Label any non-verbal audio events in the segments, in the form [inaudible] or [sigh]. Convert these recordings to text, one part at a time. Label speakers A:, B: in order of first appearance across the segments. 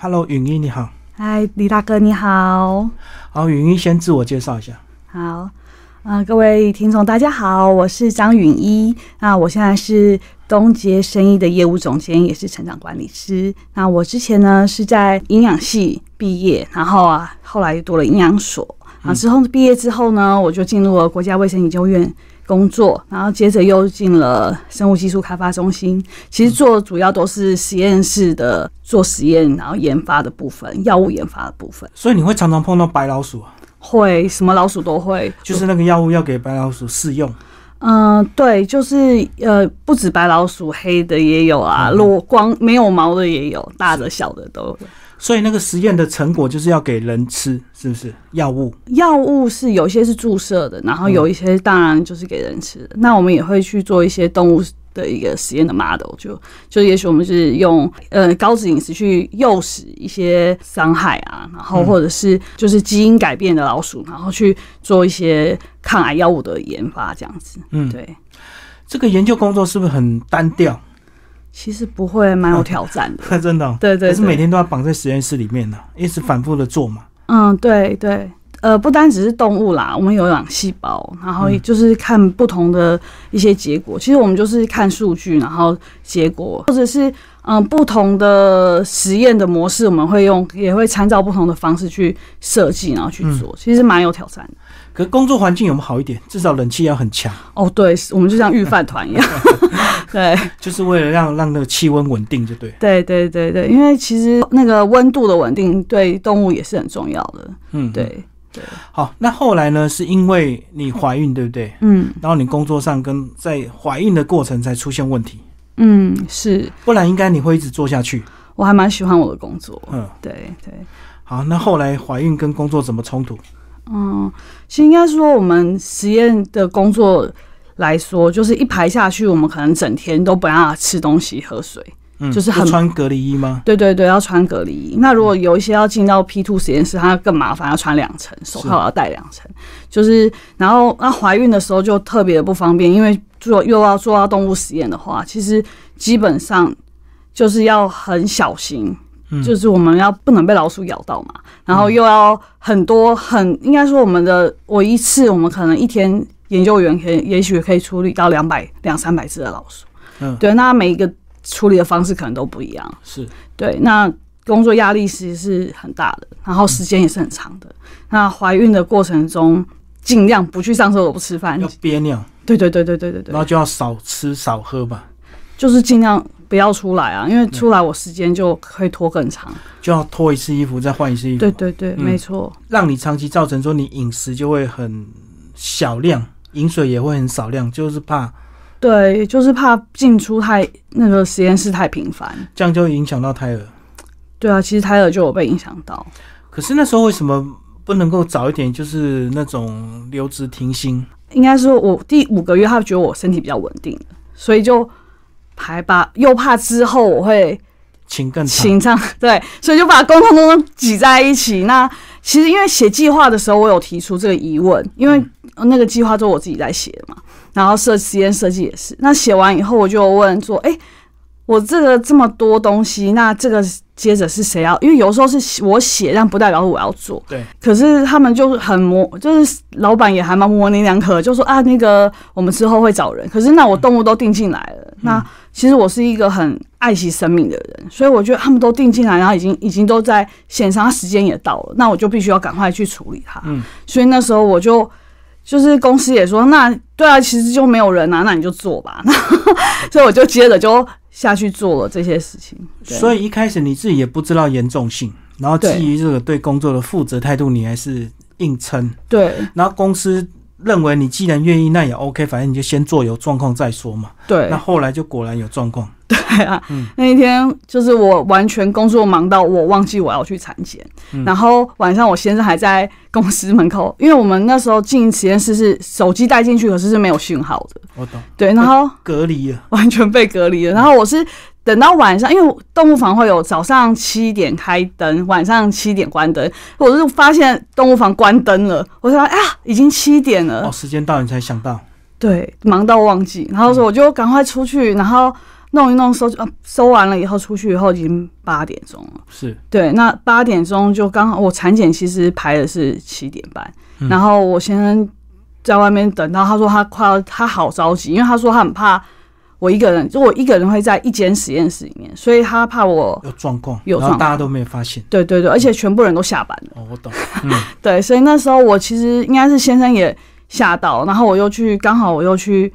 A: Hello，允一你好。
B: 嗨，李大哥你好，
A: 好，允一先自我介绍一下。
B: 好，呃，各位听众大家好，我是张允一，那我现在是东杰生意的业务总监，也是成长管理师。那我之前呢是在营养系毕业，然后啊，后来又读了营养所，啊，之后毕业之后呢，我就进入了国家卫生研究院。工作，然后接着又进了生物技术开发中心。其实做主要都是实验室的做实验，然后研发的部分，药物研发的部分。
A: 所以你会常常碰到白老鼠啊，
B: 会什么老鼠都会，
A: 就是那个药物要给白老鼠试用。
B: 嗯、对，就是呃，不止白老鼠，黑的也有啊，
A: 嗯
B: 裸光没有毛的也有，大的小的都有。
A: 所以那个实验的成果就是要给人吃，是不是？药物
B: 药物是有些是注射的，然
A: 嗯
B: 后有一些当然就是给人吃的。那我们也会去做一些动物的一个实验的 model，就就也许我们是用呃高脂饮食去诱使一些伤害啊，然
A: 嗯
B: 后或者是就是基因改变的老鼠，然后去做一些抗癌药物的研发这样子。
A: 嗯
B: 对。
A: 这个研究工作是不是很单调？
B: 其实不会，蛮有挑战的。 [laughs]
A: 真的哦、
B: 对对
A: 啊可是每
B: 对，
A: 天都要绑在实验室里面的、一直反复的做嘛。
B: 嗯，对对，呃，不单只是动物啦，我们有养细胞，然后
A: 嗯
B: 也就是看不同的一些结果。其实我们就是看数据，然后结果，或者是嗯不同的实验的模式，我们会用，也会参照不同的方式去设计，然后去做，
A: 嗯
B: 其实蛮有挑战的。
A: 可是工作环境有没有好一点？至少冷气要很强，
B: 哦，对，我们就像预饭团
A: [laughs]
B: 一样，对。
A: 就是为了让让那个气温稳定，就对。
B: 对对对对，因为其实那个温度的稳定对动物也是很重要的。
A: 嗯，。
B: 对，
A: 好，那后来呢？是因为你怀孕，对不对？
B: 嗯
A: 然后你工作上跟在怀孕的过程才出现问题，
B: 嗯，是。
A: 不然应该你会一直做下去。
B: 我还蛮喜欢我的工作。
A: 嗯。
B: 对对，
A: 好，那后来怀孕跟工作怎么冲突？
B: 嗯，其实应该说我们实验的工作来说，就是一排下去，我们可能整天都不让他吃东西、喝水。
A: 嗯，
B: 就是很
A: 穿隔离衣吗？
B: 对对对，要穿隔离衣。那如果有一些要进到 P two 实验室，它更麻烦，要穿两层，手套要戴两层。就是，然后那怀孕的时候就特别的不方便，因为做又要做到动物实验的话，其实基本上就是要很小心，
A: 嗯
B: 就是我们要不能被老鼠咬到嘛，然后又要很多很应该说我们的我一次我们可能一天研究员可以也许可以处理到两百两三百只的老鼠，
A: 嗯
B: 对，那每一个处理的方式可能都不一样。
A: 是，
B: 对，那工作压力其实是很大的，然后时间也是很长的。那怀孕的过程中，尽量不去上厕所、不吃饭
A: 要。憋尿，
B: 对对对对对对
A: 然后
B: 对，
A: 就要少吃少喝吧，
B: 就是尽量不要出来啊，
A: 嗯
B: 因为出来我时间就会拖更长。
A: 就要脱一次衣服再换一次衣服，
B: 对对对，
A: 嗯
B: 没错。
A: 让你长期造成说你饮食就会很小量，饮水也会很少量，就是怕
B: 对，就是怕进出太那个实验室太频繁。
A: 这样就会影响到胎儿。
B: 对啊，其实胎儿就有被影响到。
A: 可是那时候为什么不能够早一点，就是那种留职停薪？
B: 应该说我第五个月，他觉得我身体比较稳定了，所以就排吧，又怕之后我会
A: 请更长，
B: 情上对，所以就把工通通挤在一起。那其实因为写计划的时候，我有提出这个疑问，因为
A: 嗯
B: 那个计划都我自己在写的嘛，然后设实验设计也是。那写完以后，我就问说：“哎、我这个这么多东西，那这个接着是谁要？因为有时候是我写，但不代表我要做。
A: 对，
B: 可是他们就是很模，就是老板也还蛮模棱两可，就说啊，那个我们之后会找人。可是那我动物都定进来了，
A: 嗯
B: 那其实我是一个很爱惜生命的人，所以我觉得他们都定进来，然后已经已经都在线上，他时间也到了，那我就必须要赶快去处理它。
A: 嗯，
B: 所以那时候我就。就是公司也说，那对啊，其实就没有人啊，那你就做吧。 [laughs] 那所以我就接着就下去做了这些事情。对
A: 所以一开始你自己也不知道严重性，然后
B: 对
A: 基于这个对工作的负责态度，你还是硬撑。
B: 对
A: 然后公司认为你既然愿意，那也 OK，反正你就先做，有状况再说嘛。
B: 对
A: 那，后来就果然有状况，
B: 对啊，
A: 嗯
B: 那一天就是我完全工作忙到我忘记我要去产检，
A: 嗯
B: 然后晚上我先生还在公司门口，因为我们那时候进实验室是手机带进去，可是是没有讯号的，
A: 我懂，
B: 对，然后
A: 隔离啊了，
B: 完全被隔离了。然后我是等到晚上，因为动物房会有早上七点开灯，晚上七点关灯，我就是发现动物房关灯了，我说哎呀，已经七点了
A: 哦，，时间到你才想到，
B: 对，忙到忘记，然后说我就赶快出去，然后弄一弄收呃收完了以后出去以后已经八点钟了。
A: 是
B: 对，那八点钟就刚好我产检其实排的是七点半，
A: 嗯
B: 然后我先生在外面等到，他说他快要他好着急，因为他说他很怕我一个人，就我一个人会在一间实验室里面，所以他怕我。
A: 有状况，
B: 有
A: 然后
B: 状
A: 大家
B: 况
A: 都没有发现。
B: 对对对，而且全部人都下班了。
A: 哦，我懂，
B: 对，所以那时候我其实应该是先生也吓到，然后我又去，刚好我又去，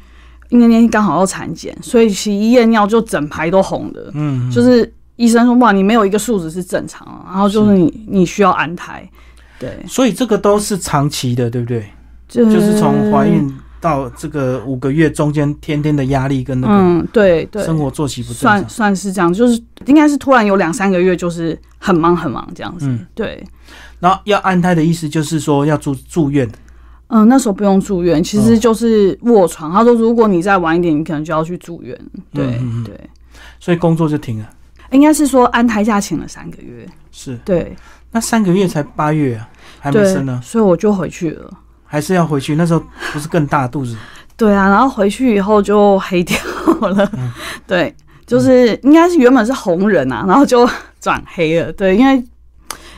B: 那天刚好要产检，所以其实验尿就整排都红的。
A: 嗯，嗯
B: 就是医生说哇，你没有一个数值是正常的，然后就是你你需要安胎，对，
A: 所以这个都是长期的，对不对？
B: 就
A: 就是从怀，孕到这个五个月中间，天天的压力跟那
B: 嗯，对
A: 个
B: 对，
A: 生活作息不正
B: 算
A: 常。
B: 算是这样，就是应该是突然有两三个月就是很忙很忙这样子，
A: 嗯
B: 对，
A: 然后要安胎的意思就是说要住住院，
B: 嗯，那时候不用住院，其
A: 哦
B: 实就是卧床，他说如果你再晚一点，你可能就要去住院，对、
A: 嗯嗯嗯
B: 对，
A: 所以工作就停了。
B: 应该是说安胎假请了三个月，
A: 是，
B: 对，
A: 那三个月才八月啊，还没
B: 对
A: 生呢，，
B: 所以我就回去了。
A: 还是要回去。那时候不是更大肚子？
B: 对啊，然后回去以后就黑掉了。
A: 嗯
B: [laughs] 对，就是应该是原本是红人啊，然后就转黑了。对，因为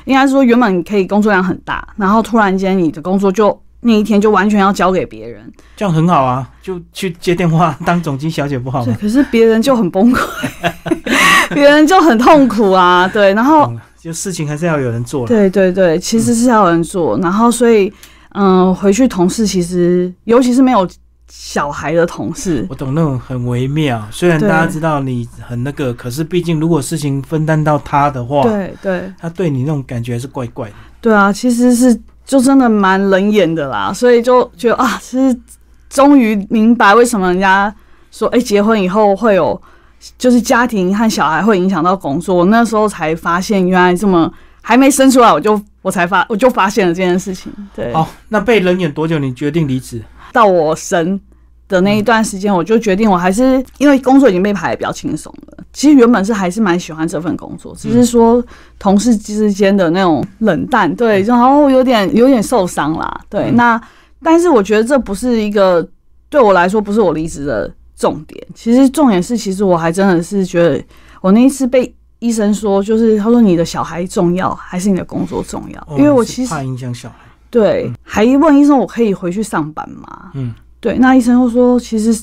B: 应该说原本你可以工作量很大，然后突然间你的工作就那一天就完全要交给别人。
A: 这样很好啊，就去接电话当总机小姐不好
B: 对，
A: 吗？
B: 可是别人就很崩溃， [laughs] 别人就很痛苦啊。对，然后
A: 懂了，就事情还是要有人做了。
B: 对对对，其实是要有人做，然后所以嗯、回去同事其实尤其是没有小孩的同事，
A: 我懂那种很微妙，虽然大
B: 对
A: 家知道你很那个，可是毕竟如果事情分担到他的话，
B: 对对。
A: 他对你那种感觉还是怪怪的。
B: 对啊，其实是就真的蛮冷眼的啦，所以就觉得啊，其实终于明白为什么人家说，哎、结婚以后会有，就是家庭和小孩会影响到工作。我那时候才发现，原来这么还没生出来，我就我才发我就发现了这件事情。对，
A: 好，那被冷眼多久？你决定离职？
B: 到我生的那一段时间，我就决定我还是因为工作已经被排的比较轻松了。其实原本是还是蛮喜欢这份工作，只是说同事之间的那种冷淡，对，然后有点有点受伤啦。对，
A: 嗯
B: 那但是我觉得这不是一个对我来说不是我离职的重点。其实重点是，其实我还真的是觉得我那一次被。医生说，就是他说你的小孩重要还是你的工作重要？因为
A: 哦
B: 我
A: 是
B: 其实
A: 怕影响小孩。
B: 对还问医生，我可以回去上班吗？
A: 嗯，
B: 对，那医生又说，其实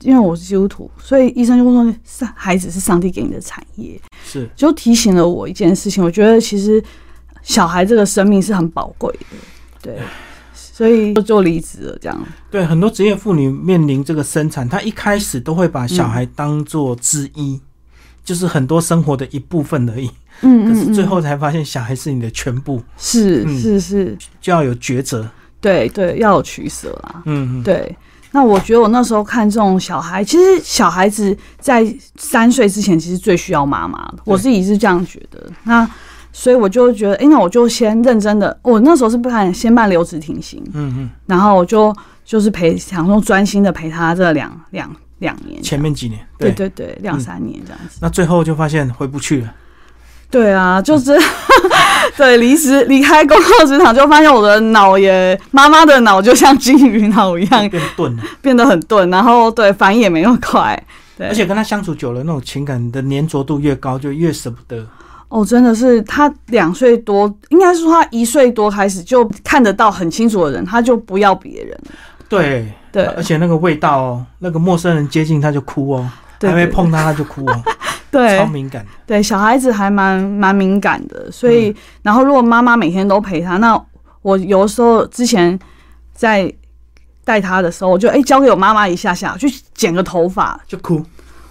B: 因为我是基督徒，所以医生就说，上孩子是上帝给你的产业，
A: 是
B: 就提醒了我一件事情。我觉得其实小孩这个生命是很宝贵的，对，所以就就离职了这样。
A: 对很多职业妇女面临这个生产，她一开始都会把小孩当做之一，就是很多生活的一部分而已。
B: 嗯
A: 可是最后才发现，小孩是你的全部，
B: 是
A: 嗯
B: 是是，
A: 就要有抉择。
B: 对对，要有取舍啦。
A: 嗯，嗯，
B: 对，那我觉得我那时候看这种小孩，其实小孩子在三岁之前其实最需要妈妈的，我自己是这样觉得。那所以我就觉得，哎、那我就先认真的，我那时候是不敢先办留职停薪，
A: 嗯
B: 然后我就就是陪，想说专心的陪他这两两两年
A: 嗯，，前面几年
B: 对
A: 对，
B: 对对，
A: 嗯
B: 两三年这样子。
A: 那最后就发现回不去了。
B: 对啊，就是 [laughs] 对离职离开工作职场，就发现我的脑也妈妈的脑就像金鱼脑一样
A: 变钝了，
B: 变得很钝，然后对反应也没那么快。对
A: 而且跟他相处久了，那种情感的粘着度越高，就越舍不得。
B: 哦，真的是他两岁多，应该是说他一岁多开始就看得到很清楚的人，他就不要别人了。
A: 对，
B: 对
A: 而且那个味道哦，那个陌生人接近他就哭哦，
B: 对
A: 还没
B: 对
A: 碰他他就哭哦，超
B: [laughs] 对
A: 敏感的。
B: 对，小孩子还蛮蛮敏感的，所
A: 嗯
B: 以、然后如果妈妈每天都陪他，那我有时候之前在带他的时候，我就哎、交给我妈妈一下下去剪个头发，
A: 就哭，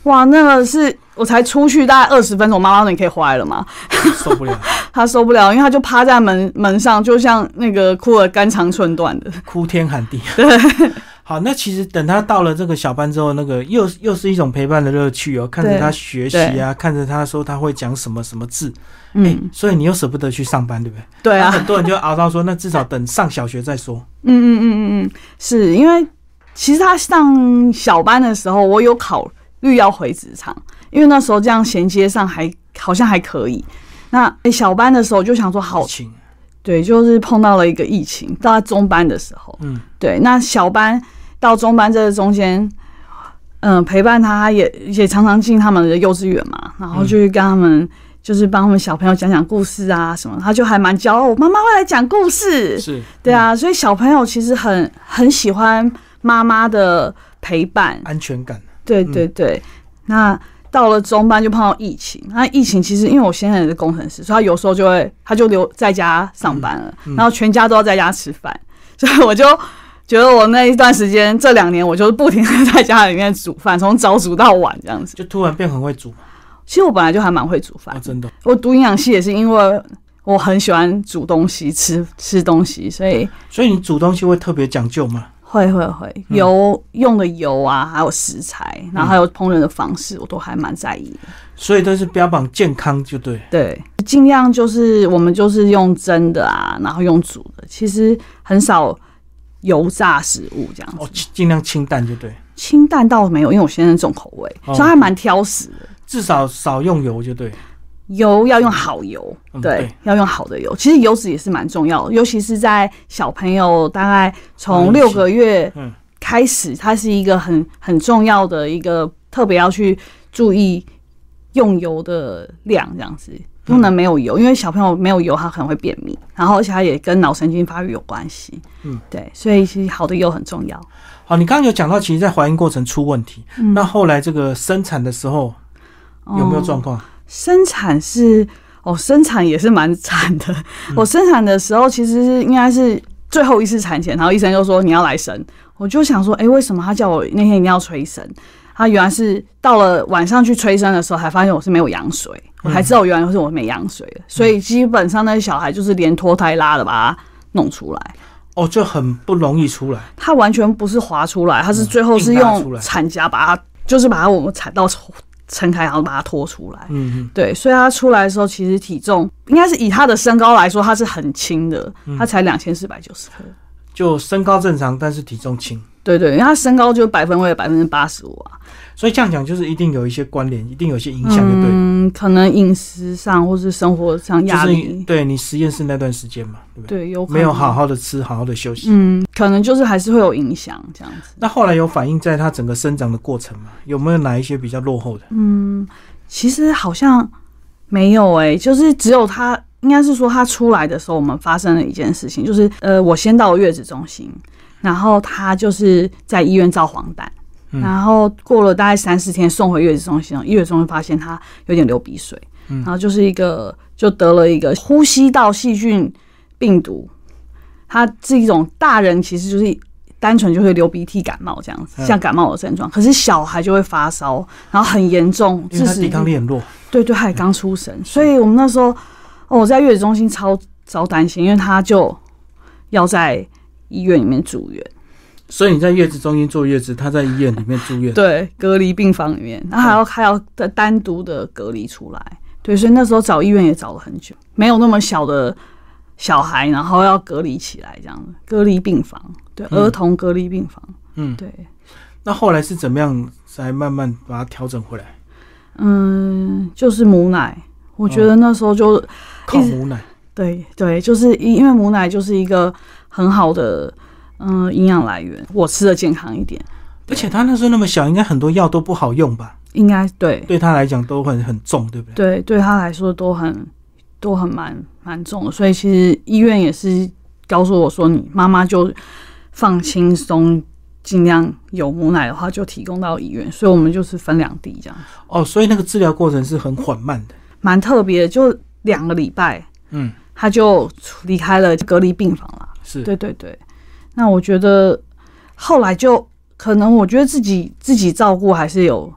B: 哇，那个是我才出去大概二十分钟，妈妈说你可以回来了吗？
A: 受不了，
B: 他受不了，因为他就趴在门门上，就像那个哭得肝肠寸断的。
A: 哭天喊
B: [laughs]
A: 地。 [laughs] 好，那其实等他到了这个小班之后，那个又又是一种陪伴的乐趣哦，看着
B: 对
A: 他学习啊，看着他说他会讲什么什么字，
B: 嗯，
A: 哎、所以你又舍不得去上班，对不对？
B: 对啊
A: 那，很多人就熬到说，那至少等上小学再说。
B: 嗯嗯嗯嗯嗯，是因为其实他上小班的时候，我有考虑要回职场，因为那时候这样衔接上还好像还可以。那、诶小班的时候我就想说好
A: 疫，情，
B: 对，就是碰到了一个疫情，到他中班的时候，
A: 嗯，
B: 对，那小班到中班这个中间，嗯、陪伴他，他也也常常进他们的幼稚园嘛，然后就去跟他们。就是帮他们小朋友讲讲故事啊什么，他就还蛮骄傲，我妈妈会来讲故事。
A: 是，
B: 对啊，所以小朋友其实很很喜欢妈妈的陪伴。
A: 嗯安全感，
B: 对
A: 嗯
B: 对对，那到了中班就碰到疫情，那疫情其实因为我先生也是工程师，所以他有时候就会他就留在家上班了，
A: 嗯
B: 然后全家都要在家吃饭， [laughs] 所以我就。觉得我那一段时间，这两年我就是不停的在家里面煮饭，从早煮到晚这样子。
A: 就突然变很会煮
B: 其实我本来就还蛮会煮饭
A: 啊，，真的。
B: 我读营养系也是因为我很喜欢煮东西、吃吃东西，所以
A: 所以你煮东西会特别讲究吗？
B: 会会会
A: 嗯
B: 油、用的油啊，还有食材，然后还有烹饪的方式，我都还蛮在意的。
A: 所以都是标榜健康，就对。
B: 对，尽量就是我们就是用蒸的啊，然后用煮的，其实很少油炸食物这样
A: 哦
B: 子，，
A: 尽尽量清淡就对，
B: 清淡倒没有，因为我先生重口味，
A: 哦
B: 所以他还蛮挑食的。
A: 至少少用油就对。
B: 油要用好油，
A: 嗯
B: 对，
A: 对
B: 要用好的油。其实油脂也是蛮重要的，尤其是在小朋友大概从
A: 嗯
B: 六个月
A: 嗯
B: 开始，它是一个很很重要的一个特别要去注意用油的量，这样子不能没有油，因为小朋友没有油他可能会便秘，然后而且它也跟脑神经发育有关系。
A: 嗯，
B: 对，所以其实好的油很重要。
A: 好，你刚刚有讲到，其实，在怀孕过程出问题，
B: 嗯
A: 那后来这个生产的时候有没有状
B: 状？
A: 况？
B: 生产是哦，生产也是蛮惨的。
A: 嗯
B: 我生产的时候其实是应该是最后一次产前，然后医生就说你要来生，我就想说，诶，为什么他叫我那天一定要催生？他原来是到了晚上去催生的时候，才发现我是没有羊水，
A: 嗯
B: 我才知道原来是我没羊水了。所以基本上那小孩就是连拖胎拉的把它弄出来，
A: 哦，就很不容易出来，
B: 他完全不是滑出来，他是最后是
A: 嗯硬拉出
B: 用
A: 来
B: 产夹把它，就是把它我们产到撑开，然后把它拖出来。
A: 嗯嗯，
B: 对，所以他出来的时候，其实体重应该是以他的身高来说，他是很轻的，他才两千四百九十克。
A: 就身高正常，但是体重轻，
B: 对对，因为他身高就百分位百分之八十五啊。
A: 所以这样讲就是一定有一些关联，一定有一些影响，就对。
B: 嗯，可能饮食上或是生活上
A: 就
B: 压
A: 是
B: 力，
A: 你对你实验室那段时间嘛，对不对？
B: 对，有可能
A: 没有好。好的吃，好好的休息。
B: 嗯，可能就是还是会有影响这样子。
A: 那后来有反映在他整个生长的过程吗？有没有哪一些比较落后的？
B: 嗯其实好像没有诶、就是只有他，应该是说他出来的时候，我们发生了一件事情，就是呃，我先到月子中心，然后他就是在医院造黄疸，
A: 嗯
B: 然后过了大概三四天送回月子中心，月子中心发现他有点流鼻水，
A: 嗯
B: 然后就是一个就得了一个呼吸道细菌病毒，它是一种大人其实就是。单纯就会流鼻涕、感冒这样子，
A: 嗯
B: 像感冒的症状。可是小孩就会发烧，然后很严重，
A: 因为
B: 致
A: 他
B: 死
A: 抵抗力很弱，
B: 对对，他也刚出生，所以我们那时候，哦，我在月子中心超超担心，因为他就要在医院里面住院，
A: 所以你在月子中心坐月子，他在医院里面住院。
B: 对，隔离病房里面，那还要还要单单独的隔离出来，对，所以那时候找医院也找了很久，没有那么小的小孩，然后要隔离起来这样子，隔离病房，对，
A: 嗯
B: 儿童隔离病房，
A: 嗯
B: 对，
A: 那后来是怎么样才慢慢把它调整回来？
B: 嗯，就是母奶，我觉得
A: 嗯
B: 那时候就
A: 靠母奶，
B: 对对，就是因因为母奶就是一个很好的嗯营养来源，我吃的健康一点，
A: 而且他那时候那么小，应该很多药都不好用吧？
B: 应该对
A: 对他来讲都很很重，对不对？
B: 对对他来说都很都很蛮蛮重的，所以其实医院也是告诉我说，你妈妈就放轻松。尽量有母奶的话，就提供到医院，所以我们就是分两地这样，
A: 哦，所以那个治疗过程是很缓慢的。
B: 蛮特别的。就两个礼拜，
A: 嗯，
B: 他就出离开了隔离病房了。
A: 是。
B: 对对对，那我觉得后来就可能，我觉得自己自己照顾还是有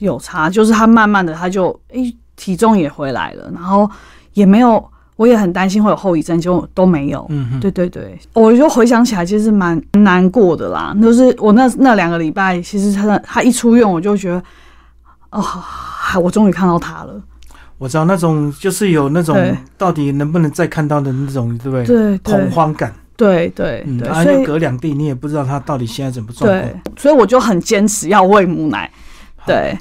B: 有差，就是他慢慢的他就诶、体重也回来了，然后也没有，我也很担心会有后遗症，就都没有。
A: 嗯哼，
B: 对对对，我就回想起来，其实蛮难过的啦。就是我那那两个礼拜，其实他他一出院，我就觉得，哦，我终于看到他了。
A: 我知道那种就是有那种
B: 对
A: 到底能不能再看到的那种，对不对？
B: 对
A: 恐
B: 对
A: 慌感，
B: 对对
A: 嗯，
B: 对，
A: 啊，
B: 所
A: 又
B: 以
A: 隔两地，你也不知道他到底现在怎么状况。
B: 对，所以我就很坚持要喂母奶。
A: 好，
B: 对，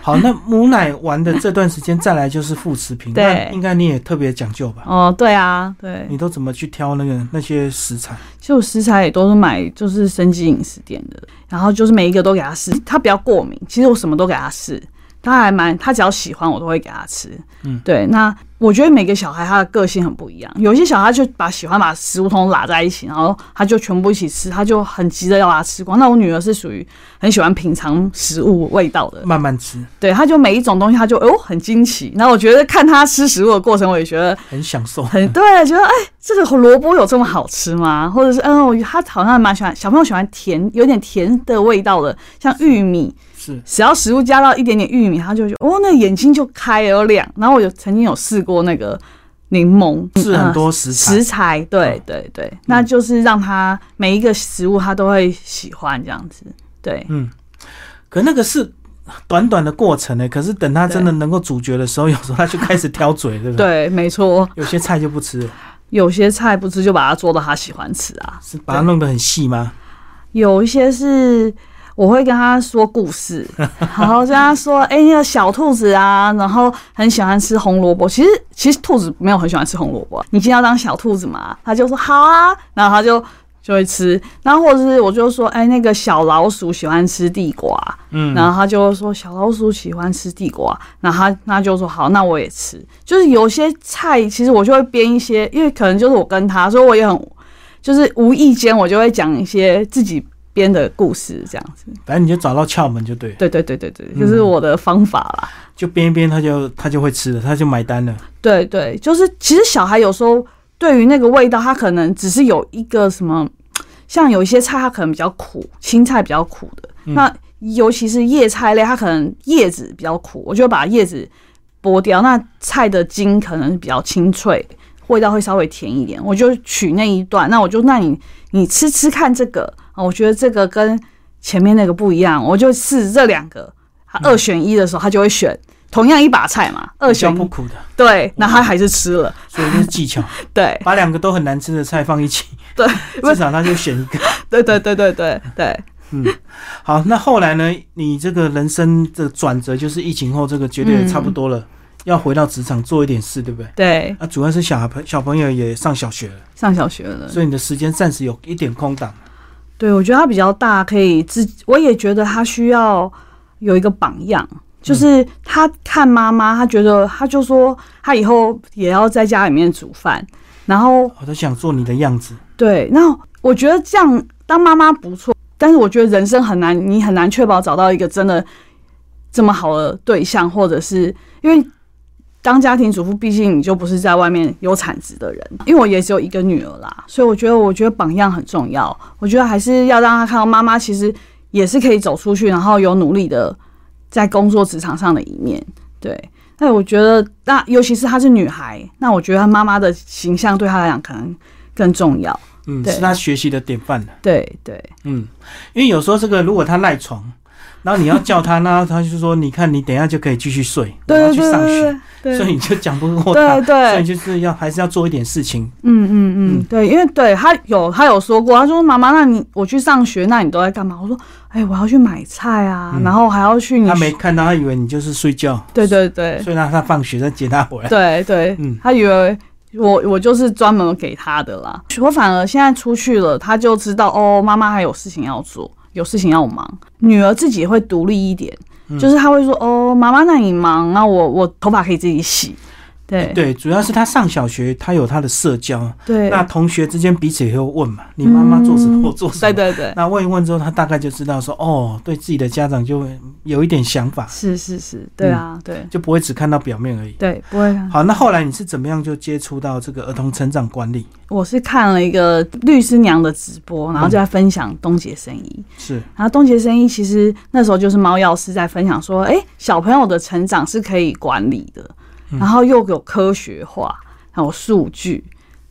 A: 好，那母奶完的这段时间，再来就是副食品，
B: 对
A: 那应该你也特别讲究吧？
B: 哦，对啊，对，
A: 你都怎么去挑那个那些食材？
B: 就食材也都是买就是生机饮食店的，然后就是每一个都给他试，他比较过敏，其实我什么都给他试，他还蛮他只要喜欢我都会给他吃，
A: 嗯
B: 对。那我觉得每个小孩他的个性很不一样，有些小孩就把喜欢把食物通通拉在一起，然后他就全部一起吃，他就很急着要把它吃光。那我女儿是属于很喜欢品尝食物味道的，
A: 慢慢吃，
B: 对，她就每一种东西她就哦很惊奇。然后我觉得看她吃食物的过程，我也觉得
A: 很享受。
B: 很对，觉得哎，这个萝卜有这么好吃吗？或者是嗯，我他好像蛮喜欢小朋友喜欢甜，有点甜的味道的，像玉米，
A: 是
B: 只要食物加到一点点玉米，他就觉得哦，那眼睛就开了有亮。然后我有曾经有试过那个柠檬，
A: 是很
B: 嗯
A: 多食材，嗯
B: 食材，对对对，那就是让他每一个食物他都会喜欢这样子，对。
A: 嗯，可那个是短短的过程呢、欸可是等他真的能够咀嚼的时候，有时候他就开始挑嘴，对不对？
B: 对，没错，
A: 有些菜就不吃了，
B: 有些菜不吃就把它做到他喜欢吃啊。
A: 是把它弄得很细吗？
B: 有一些是我会跟他说故事，然后跟他说，哎、那个小兔子啊，然后很喜欢吃红萝卜。其实其实兔子没有很喜欢吃红萝卜，你今天要当小兔子嘛？他就说好啊，然后他就就会吃。然后或者是我就说，哎、那个小老鼠喜欢吃地瓜，
A: 嗯，
B: 然后他就说小老鼠喜欢吃地瓜，然后他那就说好，那我也吃。就是有些菜，其实我就会编一些，因为可能就是我跟他，所以我也很就是无意间我就会讲一些自己编的故事，这样子。
A: 反正你就找到窍门就对了，
B: 对对对对对，就是我的方法啦。
A: 就边一边他就他就会吃了，他就买单了。
B: 对对，就是其实小孩有时候对于那个味道，他可能只是有一个什么，像有一些菜它可能比较苦，青菜比较苦的，
A: 嗯
B: 那尤其是叶菜类，它可能叶子比较苦，我就把叶子剥掉，那菜的茎可能比较清脆。味道会稍微甜一点，我就取那一段，那我就那你你吃吃看这个啊，我觉得这个跟前面那个不一样，我就试这两个，他二选一的时候，他就会选同样一把菜嘛，二
A: 比较
B: 选一
A: 不苦的，
B: 对，那他还是吃了。
A: 所以就是技
B: [laughs]
A: 巧，
B: 对，
A: 把两个都很难吃的菜放一起，
B: [laughs] 对，
A: 至少他就选一个。
B: 对对对对对对，
A: 好，那后来呢？你这个人生的转折就是疫情后，这个觉得也差不多
B: 嗯
A: 了，要回到职场做一点事，对不对？
B: 对，
A: 啊，主要是小孩朋小朋友也上小学了，
B: 上小学了。
A: 所以你的时间暂时有一点空档。
B: 对，我觉得他比较大，可以自，我也觉得他需要有一个榜样，就是他看妈妈，他觉得他就说他以后也要在家里面煮饭，然后
A: 我都想做你的样子，
B: 对，那我觉得这样当妈妈不错，但是我觉得人生很难，你很难确保找到一个真的这么好的对象，或者是因为当家庭主妇，毕竟你就不是在外面有产值的人。因为我也只有一个女儿啦，所以我觉得，我觉得榜样很重要。我觉得还是要让她看到妈妈其实也是可以走出去，然后有努力的在工作职场上的一面。对。那我觉得，那尤其是她是女孩，那我觉得她妈妈的形象对她来讲可能更重要。
A: 嗯，
B: 对
A: 是他学习的典范了，
B: 对对
A: 嗯，因为有时候这个如果他赖床，然后你要叫他，那他就说，你看你等一下就可以继续睡，我要
B: 对
A: 去
B: 对
A: 上学，
B: 对对，
A: 所以你就讲不过他，
B: 对
A: 所以
B: 对，
A: 就是要还是要做一点事情，
B: 嗯嗯
A: 嗯
B: 嗯，对，因为对他有他有说过，他说妈妈，那你我去上学，那你都在干嘛？我说，哎，我要去买菜啊，
A: 嗯
B: 然后还要去你
A: 他没看到，他以为你就是睡觉，
B: 对对对
A: 所以让他放学再接他回来。
B: 对对
A: 嗯，
B: 他以为。我我就是专门给他的啦，我反而现在出去了，他就知道哦，妈妈还有事情要做，有事情要忙。女儿自己会独立一点，
A: 嗯
B: 就是她会说哦，妈妈，那你忙，那我我头发可以自己洗。对
A: 对，主要是他上小学，他有他的社交，
B: 对，
A: 那同学之间彼此也会问嘛，你妈妈做什么，
B: 嗯
A: 我做什
B: 对
A: 么。
B: 对对，
A: 那问一问之后，他大概就知道说，哦，对自己的家长就会有一点想法，
B: 是是是，对啊，对
A: 就不会只看到表面而已。
B: 对，不会。啊
A: 好，那后来你是怎么样就接触到这个儿童成长管理？
B: 我是看了一个律师娘的直播，然后就在分享东杰生意。
A: 是
B: 然后东杰生意其实那时候就是猫药师在分享说，哎、小朋友的成长是可以管理的，
A: 嗯
B: 然后又有科学化，还有数据。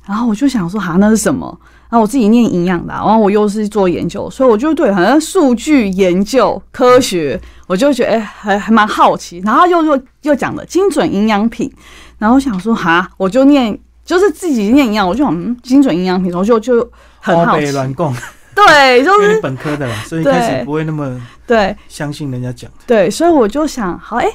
B: 然后我就想说，哈，那是什么？然后我自己念营养的啊、然后我又是做研究，所以我就对好像数据研究、科学，我就觉得哎、还还蛮好奇。然后又又又讲了精准营养品，然后我想说，哈，我就念就是自己念营养，我就想、嗯、精准营养品，然后就就很
A: 欧
B: 好
A: 北
B: 奇。
A: 软供，
B: 对，对，就
A: 因为你
B: 是
A: 本科的
B: [laughs]
A: 啦，所以一开始不会那么
B: 对
A: 相信人家讲。
B: 对，所以我就想，好，哎、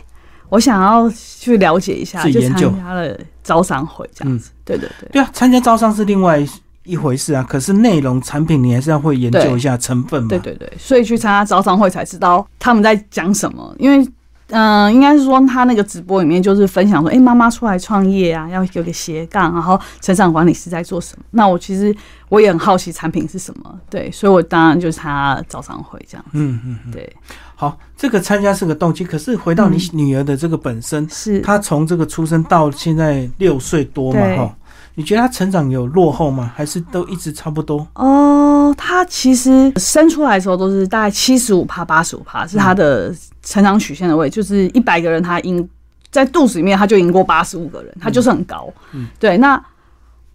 B: 我想要去了解一下，
A: 自己
B: 就
A: 研
B: 参
A: 究
B: 加了招商会这样
A: 嗯
B: 子。对对对，
A: 对啊，参加招商是另外一回事啊，可是内容产品你还是要会研究一下成分嘛。
B: 对对对，所以去参加招商会才知道他们在讲什么，因为。嗯，应该是说他那个直播里面就是分享说，哎、妈妈出来创业啊，要有个斜杠，然后成长管理师在做什么。那我其实我也很好奇产品是什么，对，所以我当然就参加招商会这样，
A: 嗯嗯嗯，
B: 对，
A: 好，这个参加是个动机，可是回到你
B: 嗯
A: 女儿的这个本身，
B: 是
A: 她从这个出生到现在六岁多嘛，
B: 对
A: 哈，你觉得她成长有落后吗？还是都一直差不多？
B: 哦，他其实生出来的时候都是大概七十五趴、八十五趴是他的成长曲线的位置，就是一百个人他赢在肚子里面他就赢过八十五个人，他就是很高。
A: 嗯
B: 对，那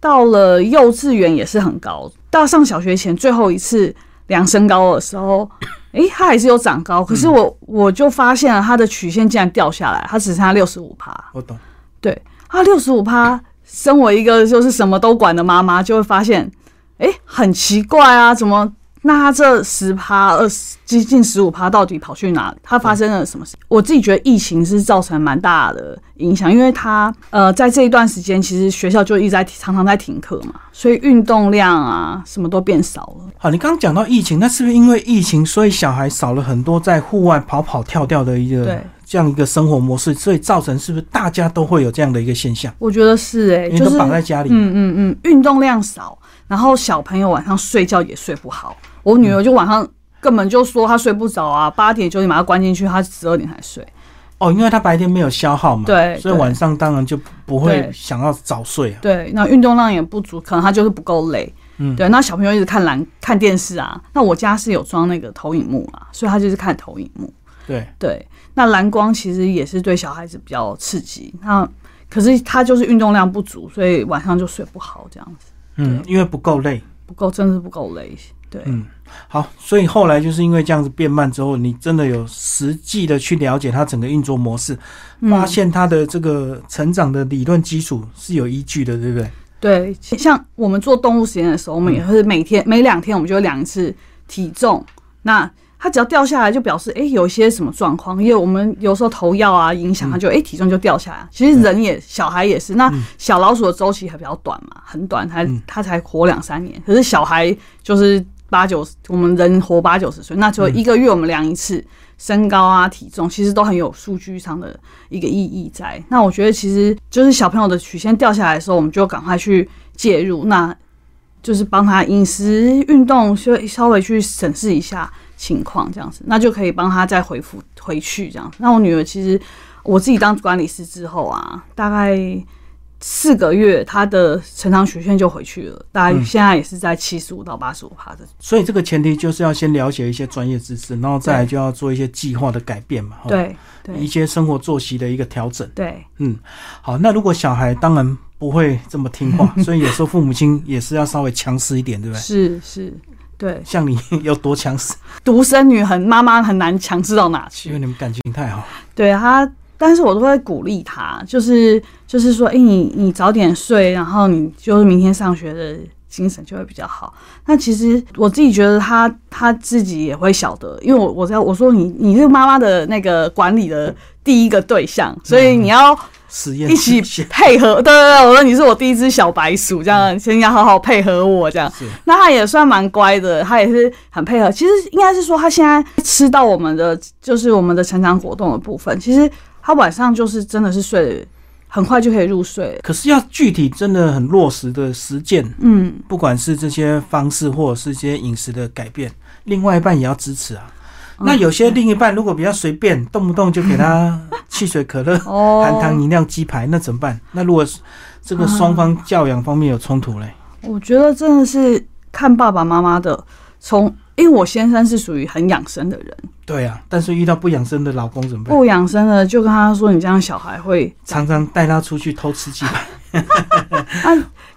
B: 到了幼稚园也是很高，到上小学前最后一次量身高的时候，诶、他还是有长高，可是我、我就发现了他的曲线竟然掉下来，他只剩下六十五趴。
A: 我懂，
B: 对啊，六十五趴，身为一个就是什么都管的妈妈，就会发现，哎、很奇怪啊，怎么？那他这十趴、二十接近十五趴到底跑去哪？他发生了什么事？我自己觉得疫情是造成蛮大的影响，因为他呃在这一段时间，其实学校就一直在常常在停课嘛，所以运动量啊什么都变少了。
A: 好，你刚刚讲到疫情，那是不是因为疫情，所以小孩少了很多在户外跑跑跳跳的一个
B: 对
A: 这样一个生活模式，所以造成是不是大家都会有这样的一个现象？
B: 我觉得是哎、
A: 因为
B: 就
A: 都
B: 是
A: 绑在家里，
B: 嗯嗯嗯，运动量少，然后小朋友晚上睡觉也睡不好。我女儿就晚上根本就说她睡不着啊，八点九点把她关进去，她十二点才睡。
A: 哦，因为他白天没有消耗嘛，
B: 对
A: 所以
B: 对
A: 晚上当然就不不会
B: 对
A: 想要早睡啊。
B: 对，那运动量也不足，可能她就是不够累。
A: 嗯
B: 对，那小朋友一直看蓝看电视啊，那我家是有装那个投影幕啊，所以她就是看投影幕。
A: 对，
B: 对，那蓝光其实也是对小孩子比较刺激。那可是她就是运动量不足，所以晚上就睡不好，这样子
A: 嗯，因为不够累，
B: 不够，真的是不够累。对，
A: 嗯，好，所以后来就是因为这样子变慢之后，你真的有实际的去了解他整个运作模式，发
B: 嗯
A: 现他的这个成长的理论基础是有依据的，对不对？
B: 对，其像我们做动物实验的时候，我们也会每天每两天我们就会量一次体重。那它只要掉下来，就表示哎、诶有一些什么状况，因为我们有时候投药啊影响它就哎、诶体重就掉下来。其实人也小孩也是，那小老鼠的周期还比较短嘛，很短，它
A: 嗯
B: 它才活两三年。可是小孩就是八九十，我们人活八九十岁，那就一个月我们量一次。身高啊、体重，其实都很有数据上的一个意义在。那我觉得，其实就是小朋友的曲线掉下来的时候，我们就赶快去介入，那就是帮他饮食、运动，稍微稍微去审视一下情况，这样子，那就可以帮他再回复回去这样子。那我女儿其实我自己当管理师之后啊，大概。四个月，她的成长曲线就回去了，大概
A: 嗯
B: 现在也是在七十五到八十五趴的
A: 所以这个前提就是要先了解一些专业知识，然后再来就要做一些计划的改变嘛，哈，
B: 对
A: 一
B: 对
A: 些生活作息的一个调整。
B: 对，
A: 嗯，好，那如果小孩当然不会这么听
B: [laughs]
A: 话，所以有时候父母亲也是要稍微强势一点，对不对？
B: 是是，对。
A: 像你有多强势，
B: 独生女很妈妈很难强制到哪
A: 因为
B: 去。
A: 你们感情太
B: [laughs]
A: 好。
B: 对她，但是我都会鼓励她，就是就是说，哎、你你早点睡，然后你就是明天上学的精神就会比较好。那其实我自己觉得她她自己也会晓得，因为我我在我说你你是妈妈的那个管理的第一个对象，所以你要
A: 实验
B: 一
A: [laughs]
B: 起
A: 是
B: 配合。对对对，我说你是我第一只小白鼠，这样先要好好配合我这样。那他也算蛮乖的，他也是很配合。其实应该是说，他现在吃到我们的就是我们的成长果冻的部分。其实他晚上就是真的是睡得很快就可以入睡了。
A: 可是要具体真的很落实的实践，
B: 嗯，
A: 不管是这些方式或者是一些饮食的改变，另外一半也要支持啊。
B: 嗯
A: 那有些另一半如果比较随便，动不动就给他汽水、可乐、
B: 哦，
A: 含糖饮料、鸡排，那怎么办？那如果是这个双方教养方面有冲突嘞？
B: 我觉得真的是看爸爸妈妈的从。因为我先生是属于很养生的人，
A: 对啊，但是遇到不养生的老公怎么办？
B: 不养生的就跟他说：“你这样小孩会
A: 常常带他出去偷吃鸡排，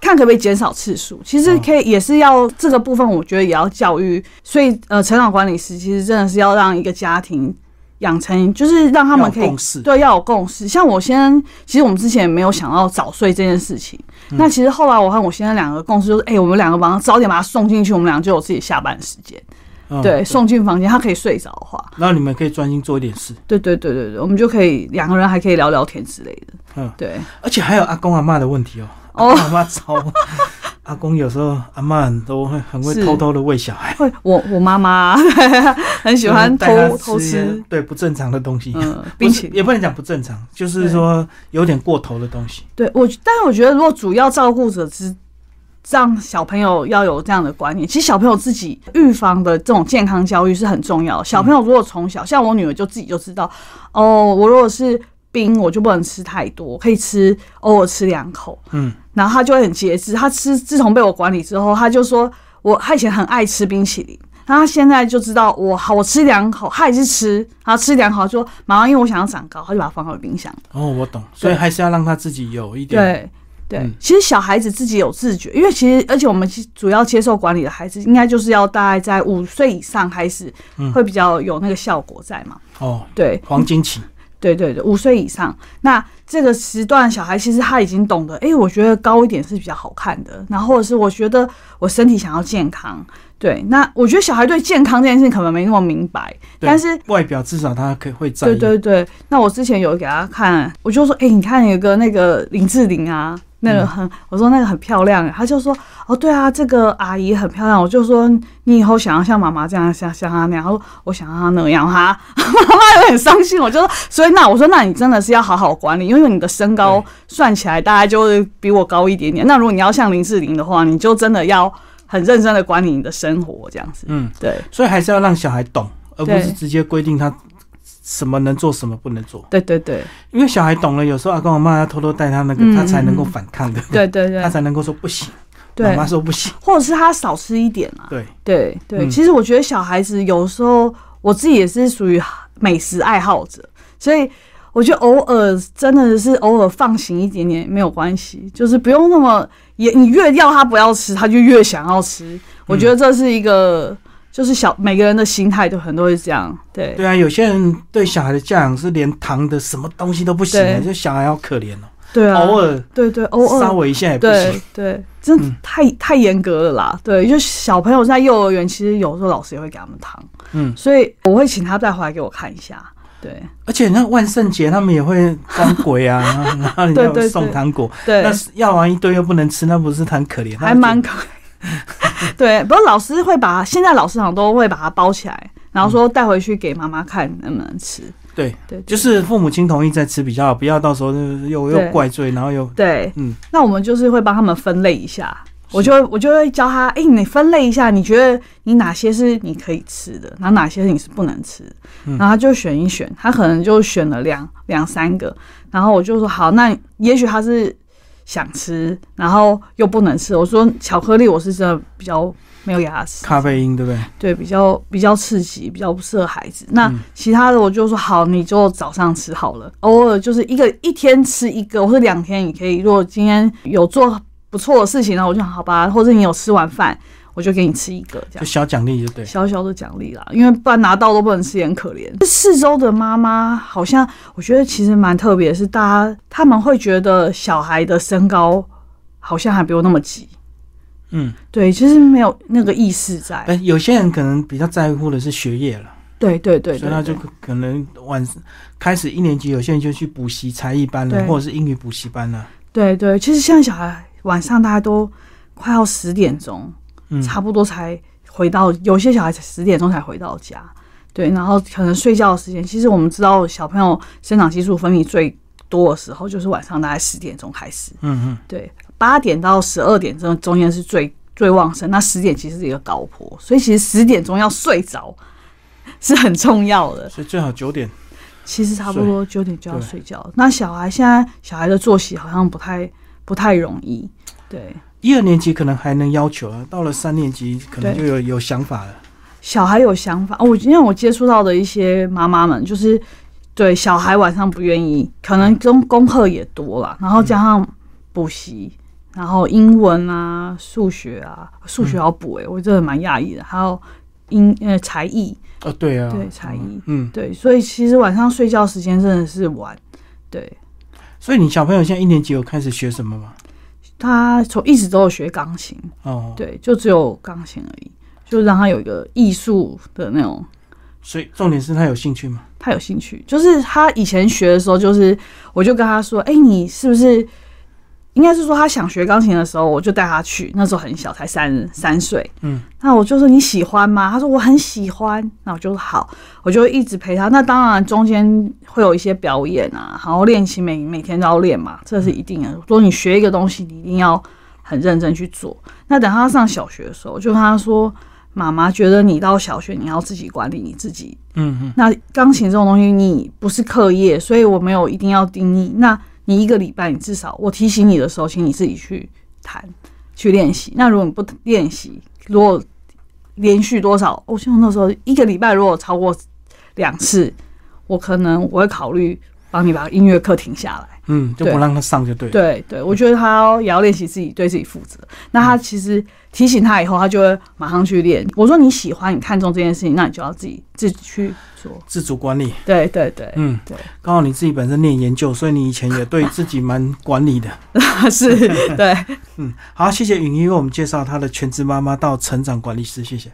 B: 看可不可以减少次数。其
A: 哦
B: 实可以，也是要这个部分，我觉得也要教育。所以呃，成长管理师其实真的是要让一个家庭。养成，就是让他们可
A: 要有
B: 以
A: 共识
B: 对要有共识。像我先生，其实我们之前也没有想到早睡这件事情。
A: 嗯
B: 那其实后来我和我先生两个共识就是，哎、我们两个晚上早点把他送进去，我们俩就有自己下班时间。
A: 嗯
B: 对，送进房间，他可以睡着的话，
A: 然后你们可以专心做一点事，
B: 对对对对对，我们就可以两个人还可以聊聊天之类的。
A: 嗯
B: 对，
A: 而且还有阿公阿妈的问题哦。
B: 哦
A: 阿公阿妈超， [laughs] 阿公有时候阿妈都会很会
B: 是
A: 偷偷的喂小 [laughs] 孩，
B: 会我我妈妈 [laughs] 很喜欢
A: 就是带他
B: 偷偷
A: 一些
B: 吃，
A: 对不正常的东西，
B: 嗯，
A: 并
B: 并
A: 且
B: 且
A: 也不能讲不正常，就是说有点过头的东西。
B: 对我，但我觉得如果主要照顾者之让小朋友要有这样的观念，其实小朋友自己预防的这种健康教育是很重要的。小朋友如果从小，像我女儿就自己就知道，哦，我如果是冰，我就不能吃太多，我可以吃偶尔吃两口，
A: 嗯，
B: 然后她就会很节制。她吃自从被我管理之后，她就说我她以前很爱吃冰淇淋。然后她现在就知道我好，我吃两口，她也是吃，然后吃两口，她说妈妈，因为我想要长高，她就把它放回冰箱。
A: 哦，我懂，所以还是要让他自己有一点，
B: 对对、
A: 嗯
B: 其实小孩子自己有自觉，因为其实而且我们其实主要接受管理的孩子，应该就是要大概在五岁以上开始
A: 嗯，
B: 会比较有那个效果在嘛。
A: 哦，
B: 对
A: 黄金
B: 嗯
A: 期，
B: 对对对，五岁以上，那这个时段小孩其实他已经懂得，哎、我觉得高一点是比较好看的，然后或者是我觉得我身体想要健康。对，那我觉得小孩对健康这件事情可能没那么明白，
A: 对
B: 但是
A: 外表至少他可以会在
B: 对
A: 意。
B: 对对，那我之前有给他看，我就说，哎、你看有个那个林志玲啊，那个
A: 嗯
B: 很，我说那个很漂亮，他就说，哦，对啊，这个阿姨很漂亮，我就说你以后想要像妈妈这样，像像她那样，他说我想要她那样，哈， [laughs] 妈妈有点伤心，我就说，所以那我说那你真的是要好好管理，因为你的身高
A: 对
B: 算起来大概就是比我高一点点，那如果你要像林志玲的话，你就真的要很认真的管理你的生活，这样子，
A: 嗯，
B: 对。
A: 所以还是要让小孩懂，而不
B: 对
A: 是直接规定他什么能做，什么不能做。
B: 对对对
A: 因为小孩懂了，有时候阿公阿妈要偷偷带他那个，
B: 嗯
A: 他才能够反抗的，
B: 对对
A: 他
B: 对
A: 才能够说不行，妈
B: 对
A: 妈，说不行，
B: 或者是他少吃一点啊，
A: 对，
B: 对对，
A: 嗯
B: 其实我觉得小孩子有时候，我自己也是属于美食爱好者，所以我觉得偶尔真的是偶尔放行一点点没有关系，就是不用那么也你越要他不要吃，他就越想要吃。我觉得这是一个，就是小每个人的心态都很多是这样，对
A: 对啊，有些人对小孩的教养是连糖的什么东西都不行的，
B: 对
A: 就小孩好可怜哦，
B: 对啊，
A: 偶尔
B: 对对偶
A: 稍
B: 尔。
A: 微一下也不行
B: 对。对，真的
A: 嗯
B: 太太严格了啦。对，就是小朋友在幼儿园，其实有时候老师也会给他们糖，
A: 嗯，
B: 所以我会请他带回来给我看一下。对
A: 而且那万圣节他们也会装鬼啊， [laughs] 然后你
B: 对
A: 要
B: 对
A: 送
B: 对
A: 糖果，
B: 对，
A: 那是要完一堆又不能吃，那不是很可怜？
B: 还蛮可爱。对，不过老师会把现在老师好像都会把它包起来，然后说带回去给妈妈看能不能吃。
A: 对
B: 对，
A: 就是是父母亲同意再吃比较好，不要到时候又又
B: 对
A: 怪罪，然后又
B: 对。
A: 嗯，
B: 那我们就是会帮他们分类一下，我就会我就会教他，哎、你分类一下，你觉得你哪些是你可以吃的，然后哪些你是不能吃的，
A: 嗯
B: 然后他就选一选，他可能就选了两两三个，然后我就说好，那也许他是想吃，然后又不能吃，我说巧克力我是真的比较没有牙齿。
A: 咖啡因对不对？
B: 对，比较比较刺激，比较不适合孩子。那
A: 嗯
B: 其他的我就说好，你就早上吃好了，偶尔就是一个一天吃一个，或者两天也可以。如果今天有做不错的事情，那我就好吧，或者你有吃完饭，我就给你吃一个这
A: 就
B: 样。
A: 小奖励就对。
B: 小小的奖励啦，因为不然拿到都不能吃，也很可怜。四周的妈妈好像，我觉得其实蛮特别，是大家他们会觉得小孩的身高好像还不用那么急，
A: 嗯，
B: 对，其实没有那个意识在。
A: 但有些人可能比较在乎的是学业了，
B: 对对对对
A: 所以他就
B: 对
A: 可可能晚开始一年级，有些人就去补习才艺班了，
B: 对
A: 或者是英语补习班了。
B: 对对，其实现在小孩晚上大家都快要十点钟，
A: 嗯，
B: 差不多才回到，有些小孩才十点钟才回到家。对，然后可能睡觉的时间，其实我们知道小朋友生长激素分泌最多的时候就是晚上大概十点钟开始，
A: 嗯嗯，
B: 对，八点到十二点这中间是最最旺盛，那十点其实是一个高坡，所以其实十点钟要睡着是很重要的。
A: 所以最好九点。
B: 其实差不多九点就要睡觉了。那小孩现在小孩的作息好像不太不太容易，对。
A: 一二年级可能还能要求啊，到了三年级可能
B: 对
A: 就有有想法了。
B: 小孩有想法，哦我因为我接触到的一些妈妈们，就是对小孩晚上不愿意，可能跟功课也多了，然后加上补习，欸然后英文啊、数学啊，数学要补诶、我真的蛮讶异的，还有音呃才艺，
A: 哦，对啊，
B: 对才艺
A: 嗯，
B: 对，所以其实晚上睡觉时间真的是晚，对
A: 所以你小朋友现在一年级有开始学什么吗？
B: 他从一直都有学钢琴，
A: 哦，，
B: 对，就只有钢琴而已，就让他有一个艺术的那种，
A: 所以重点是他有兴趣吗？
B: 他有兴趣。就是他以前学的时候，就是我就跟他说，哎、你是不是？应该是说他想学钢琴的时候，我就带他去。那时候很小，才三三岁。
A: 嗯，
B: 那我就说你喜欢吗？他说我很喜欢。那我就说好，我就一直陪他。那当然中间会有一些表演啊，然后练琴每每天都要练嘛，这是一定的。如果你学一个东西，你一定要很认真去做。那等他上小学的时候，我就跟他说，妈妈觉得你到小学你要自己管理你自己
A: 嗯嗯，
B: 那钢琴这种东西，你不是课业，所以我没有一定要盯你。那你一个礼拜，你至少我提醒你的时候，请你自己去弹、去练习。那如果你不练习，如果连续多少，我像那时候一个礼拜如果超过两次，我可能我会考虑帮你把音乐课停下来。
A: 嗯，就不
B: 对
A: 让他上就对了。
B: 对对，我觉得他要也要练习自己对自己负责。那他其实提醒他以后，他就会马上去练。我说你喜欢、你看重这件事情，那你就要自己自己去做。
A: 自主管理，
B: 对对对。
A: 嗯，
B: 对，
A: 刚好你自己本身念研究，所以你以前也对自己蛮管理的。
B: 是，对，
A: 嗯，好，谢谢允一为我们介绍她的全职妈妈到成长管理师，谢谢。